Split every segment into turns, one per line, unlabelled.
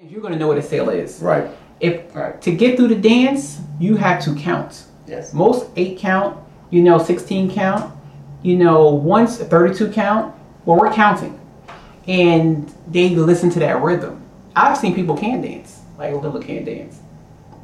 even know what a sale is.
Right.
If
Right.
to get through the dance, you have to count.
Yes.
Most eight count, you know, sixteen count, you know, once thirty-two count. Well, we're counting, and they listen to that rhythm. I've seen people can dance, like little can dance,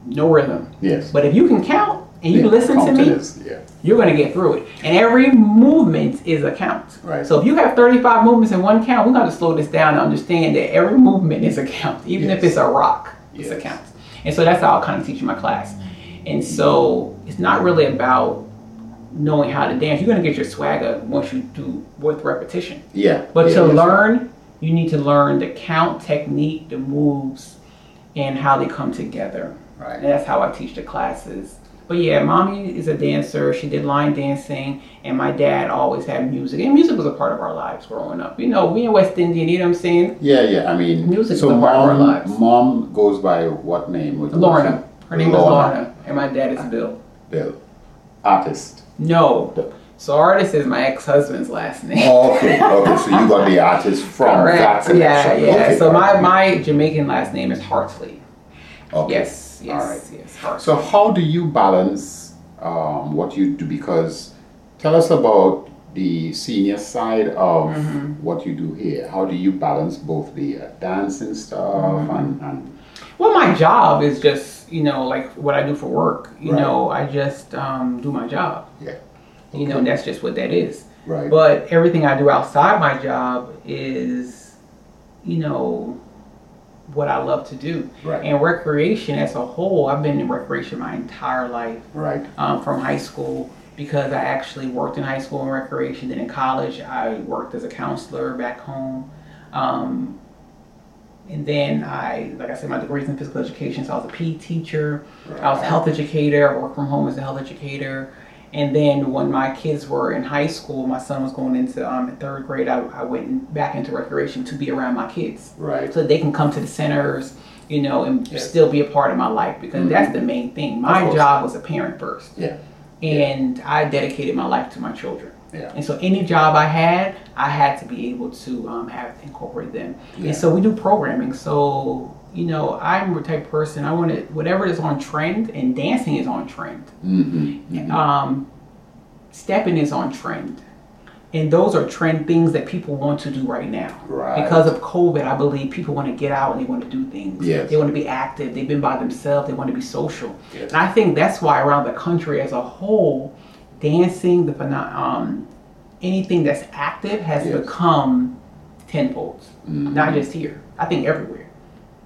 no rhythm.
Yes.
But if you can count and you
Yeah,
listen to
come
me,
this, Yeah.
you're gonna get through it. And every movement is a count.
Right.
So if you have 35 movements in one count, we're gonna slow this down and understand that every movement is a count. Even if
Yes.
it's a rock, it's a
Yes.
count. And so that's how I kind of teach in my class. And so it's not really about knowing how to dance. You're gonna get your swagger once you do with repetition.
Yeah.
But
yeah,
to
yes.
learn, you need to learn the count technique, the moves, and how they come together. And
Right.
that's how I teach the classes. But yeah, mommy is a dancer. She did line dancing, and my dad always had music. And music was a part of our lives growing up. You know, we in West Indian, you know what I'm saying?
Yeah, yeah. I mean,
Music
so
is a part of our
mom,
lives.
mom goes by what name? What-
Lorna. Her name is
Lorna.
Lorna, and my dad is Bill.
Bill. Artist.
No. So artist is my ex-husband's last name.
Okay. okay. So you got the artist from that
Correct. Yeah,
connection.
yeah.
Okay,
so my,
alright.
my Jamaican last name is Hartley.
Okay.
Yes, yes,
Alright.
yes. Hartley.
So how do you balance um, what you do? Because tell us about the senior side of
Mm-hmm.
what you do here. How do you balance both the uh, dancing stuff
Mm-hmm.
and, and
Well, my job is just you know like what I do for work. You
Right.
know, I just um, do my job.
yeah,
You know, that's just what that is.
right?
But everything I do outside my job is, you know, what I love to do.
Right.
And recreation as a whole, I've been in recreation my entire life
right.
um, from high school because I actually worked in high school in recreation. Then in college, I worked as a counselor back home. Um, and then I, like I said, my degree's in physical education, so I was a PE teacher. I was a health educator. I worked from home as a health educator. And then when my kids were in high school, my son was going into um, third grade, I, I went in- back into recreation to be around my kids
Right.
so they can come to the centers, you know, and
Yes.
still be a part of my life because
Mhm.
that's the main thing.
Of
My
course.
job was a parent first,
Yeah.
and I dedicated my life to my children.
Yeah.
And so any job I had, I had to be able to um, have incorporate them.
Yeah.
And so we do programming. So you know, I'm the type of person I want to whatever is on trend, and dancing is on trend.
Mhm, mhm.
Um, stepping is on trend. And those are trend things that people want to do right now.
Right.
Because of COVID, I believe people want to get out and they want to do things.
Yes.
They want to be active. They've been by themselves. They want to be social.
Yes.
And I think that's why around the country as a whole, dancing, the pheno- um, anything that's active has
Yes.
become tenfold.
Mhm.
Not just here. I think everywhere.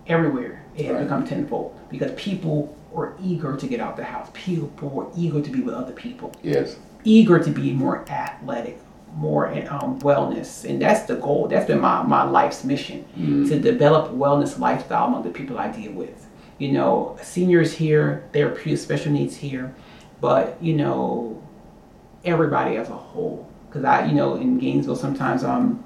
Everywhere it has
Right.
become tenfold because people are eager to get out the house. People are eager to be with other people
Yes.
eager to be more athletic, more in um, wellness. And that's the goal. That's been my, my life's mission
Mhm.
to develop wellness lifestyle among the people I deal with. You know, seniors here, therapeutic special needs here, but you know, everybody as a whole. Because I, you know, in Gainesville sometimes um,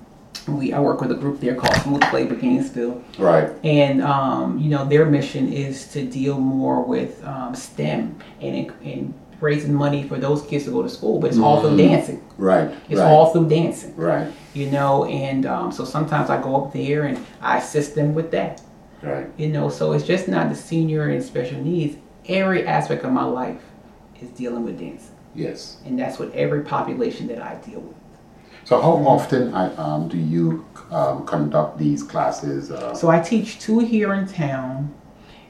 we I work with a group there called Smooth Flavor Gainesville,
Right.
and um, you know their mission is to deal more with um, STEM and and raising money for those kids to go to school. But it's all through
Mhm.
dancing.
Right.
It's
right.
all through dancing,
Right.
you know. And um, so sometimes I go up there and I assist them with that,
Right.
you know. So it's just not the senior and special needs. Every aspect of my life is dealing with dancing,
Yes.
and that's what every population that I deal with.
So how often I, um, do you um, conduct these classes? Uh,
So I teach two here in town,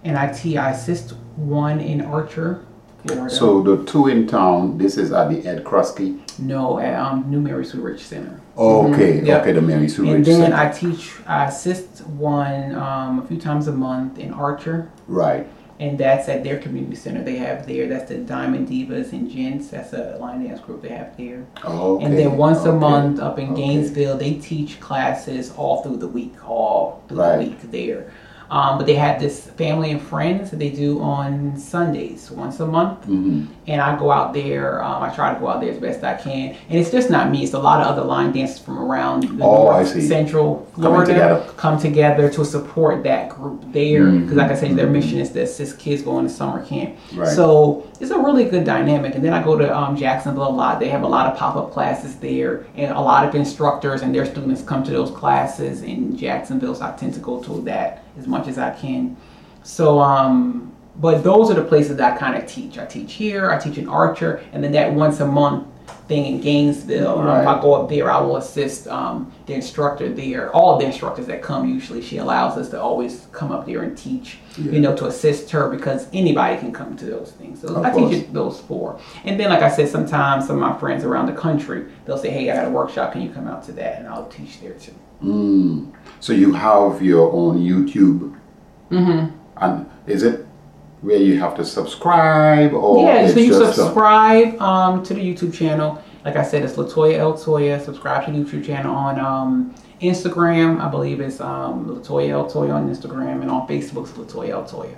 and I te- I assist one in Archer, Florida.
so the two in town. This is at the Ed Krusky.
No, at um, New Mary Sue Rich Center.
Okay,
Yep.
okay, the Mary Sue
Mm-hmm. And
Ridge
then
Center.
I teach, I assist one um, a few times a month in Archer,
right,
and that's at their community center they have there. That's the Diamond Divas and Gents. That's a line dance group they have there.
okay.
and then once a
okay.
month up in
okay.
Gainesville, they teach classes all through the week, all through
Right.
the week there. Um, but they have this family and friends that they do on Sundays once a month,
Mhm.
and I go out there. Um, I try to go out there as best I can, and it's just not me; it's a lot of other line dancers from around the
Oh, I
north,
see.
central
Coming
Florida
together. Mm-hmm.
come together to support that group there. Because, like I said, their mission is to assist kids going to summer camp.
Right.
So it's a really good dynamic. And then I go to um, Jacksonville a lot. They have a lot of pop up classes there, and a lot of instructors and their students come to those classes in Jacksonville. So I tend to go to that as much as I can. So, um, but those are the places that I kind of teach. I teach here, I teach in Archer, and then that once a month thing in Gainesville. Um, if I
Right.
go up there, I will assist um, the instructor there. All of the instructors that come usually, she allows us to always come up there and teach. You
Yeah.
know, to assist her because anybody can come to those things. So
Of
I
course.
teach it those four. And then, like I said, sometimes some of my friends around the country they'll say, "Hey, I got a workshop. Can you come out to that?" And I'll teach there too.
Mm. So you have your own YouTube,
Mm-hmm.
and is it where you have to subscribe or
yeah,
Oh, it's
so you
just uh, a-
subscribe um, to the YouTube channel. Like I said, it's Latoya L Toya. Subscribe to the YouTube channel on um, Instagram. I believe it's um, Latoya L Toya on Instagram and on Facebook it's Latoya L Toya.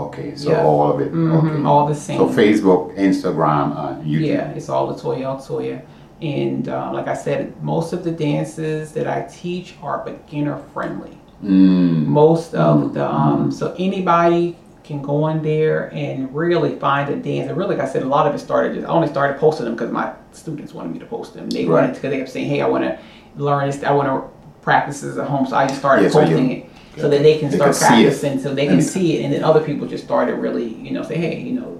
okay? So
Yeah.
all of it.
Mhm,
Okay.
All the same.
Mm-hmm. So Facebook, Instagram, and YouTube.
Yeah, it's all Latoya L Toya. And uh, like I said, most of the dances that I teach are beginner friendly.
Mm.
most of the um so anybody can go in there and really find a dance and really like i said a lot of it started just i only started posting them because my students wanted me to post them they wanted
Right.
because they kept saying hey i want to learn this i want to practice this at home so i just started
Yeah, so you-
posting it so that they can
They
start
can see it.
practicing so they can
And-
see it and then other people just started really you know say hey you know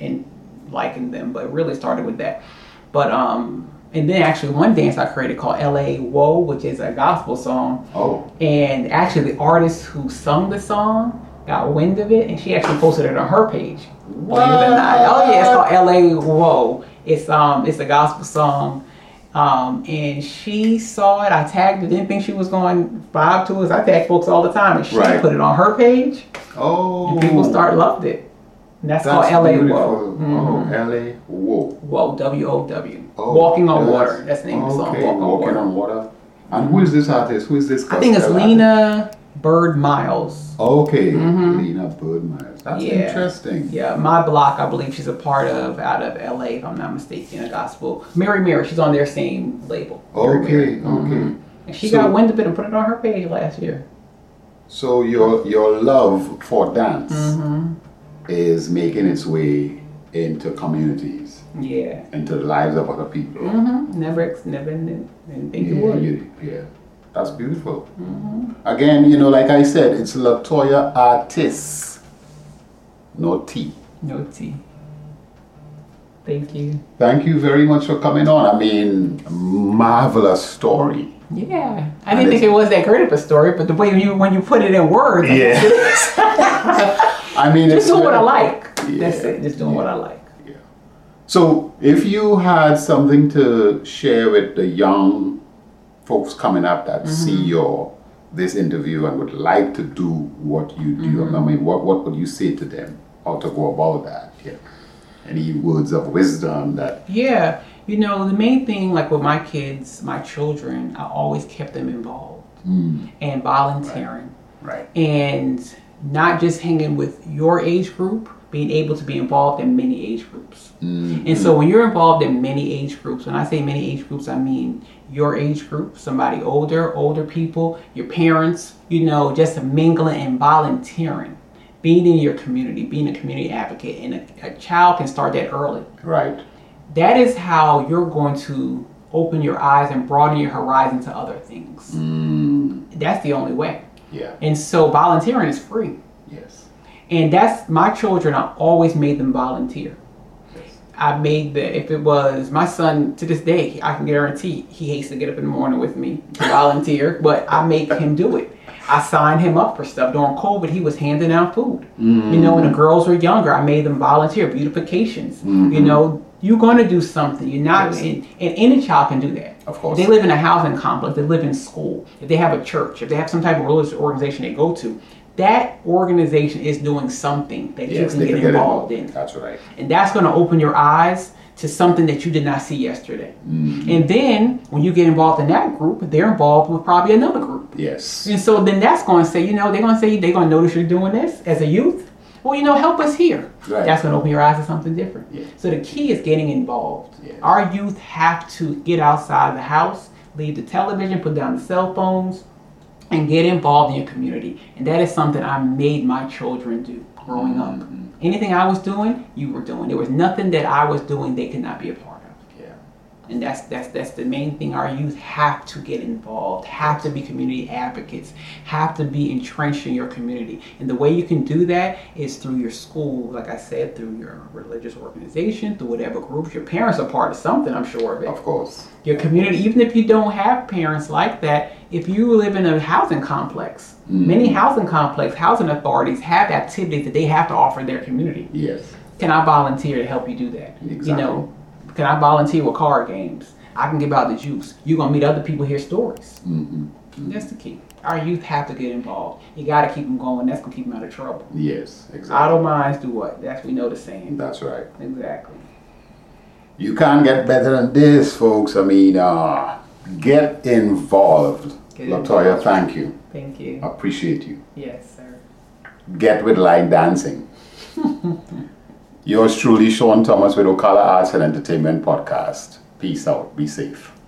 and liking them but it really started with that but um and then actually one dance i created called la whoa which is a gospel song
Oh,
and actually, the artist who sung the song got wind of it, and she actually posted it on her page. Believe it or not. Oh yeah, it's called "L.A. Whoa." It's um, it's a gospel song, um, and she saw it. I tagged her. Didn't think she was going vibe to us. I tag folks all the time, and she
Right.
put it on her page,
oh.
and people start loved it. And that's,
That's
called "L.A.
beautiful.
Whoa."
Oh,
Mhm.
LA Whoa.
Whoa, W O W.
Oh,
Walking on
that's-
water. That's the name of the song.
okay,
Walking on
Walking
water.
on water. And who is this artist? Who is this?
I think it's
gospel artist?
Lena Bird Miles.
Okay,
Mhm.
Lena Birdmeyer. That's
Yeah.
interesting.
Yeah, my block, I believe she's a part of out of LA, if I'm not mistaken, a gospel. Mary Mary, she's on their same label. Mary
Okay,
Mary.
okay. Mm-hmm.
Mhm. And she
So-
got wind of it and put it on her page last year.
So your your love for dance
hmm
is making its way into communities,
Yeah.
into the lives of other people.
hmm Never, ex- never, knew- didn't think
Yeah,
you would.
you- yeah. That's beautiful.
Mhm.
Again, you know, like I said, it's Latoya Artists, no T.
No tea. Thank you.
Thank you very much for coming on. I mean, marvelous story.
Yeah, I
And
didn't
it's-
think it was that great of a story, but the way you when you put it in words, I'm like,
Yeah. I mean,
just doing what I like.
Yeah.
That's it. Just doing what I like.
So, if you had something to share with the young folks coming up that
Mm-hmm.
see your this interview and would like to do what you do,
Mm-hmm.
I mean, what what would you say to them? How to go about that? Yeah. Any words of wisdom that?
Yeah, you know, the main thing, like with my kids, my children, I always kept them involved
Mm,
and volunteering
right.
and not just hanging with your age group, being able to be involved in many age groups.
Mm,
And so when you're involved in many age groups, when I say many age groups, I mean your age group, somebody older, older people, your parents, you know, just mingling and volunteering, being in your community, being a community advocate. And a, a child can start that early
right.
that is how you're going to open your eyes and broaden your horizon to other things.
Mm,
That's the only way.
yeah.
And so volunteering is free.
Yes.
And that's my children, I always made them volunteer.
Yes.
I made the if it was my son to this day, I can guarantee he hates to get up in the morning with me to volunteer, but I make him do it. I signed him up for stuff during COVID. He was handing out food. You know, when the girls were younger, I made them volunteer beautifications. You
Mhm.
know, you're going to do something. You're not,
Yes.
and, and any child can do that.
Of course.
If they live in a housing complex, they live in school, if they have a church, if they have some type of religious organization they go to, that organization is doing something that you
yes,
can
they
get
can get
involved in.
That's right.
And that's going to open your eyes to something that you did not see yesterday.
Mm,
And then when you get involved in that group, they're involved with probably another group.
yes.
And so then that's going to say, you know, they're going to say, they're going to notice you're doing this as a youth. Well, you know, help us here.
Right.
That's going to open your eyes to something different.
Yeah.
So the key is getting involved.
Yeah.
Our youth have to get outside the house, leave the television, put down the cell phones, and get involved in your community. And that is something I made my children do growing up.
Mm-hmm.
Anything I was doing, you were doing. There was nothing that I was doing they could not be a part of.
Yeah.
and that's that's that's the main thing our youth have to get involved have to be community advocates have to be entrenched in your community and the way you can do that is through your school like i said through your religious organization through whatever groups your parents are part of something i'm sure of it
Of course.
your community even if you don't have parents like that if you live in a housing complex many housing complex housing authorities have activities that they have to offer their community
Yes.
can I volunteer to help you do that? You
Exactly.
know, can I volunteer with card games? I can give out the juice. You're gonna meet other people, hear stories.
hmm
That's the key. Our youth have to get involved. You gotta keep them going. That's gonna keep them out of trouble.
Yes. Exactly.
Idle minds do what? That's we know the saying.
That's right.
Exactly.
You can't get better than this, folks. I mean, uh, get involved.
Get
Latoya,
involved.
thank you.
Thank
Uh,
you.
Appreciate you.
Yes, sir.
Get with line dancing. Yours truly, Sean Thomas with Ocala Arts and Entertainment Podcast. Peace out. Be safe.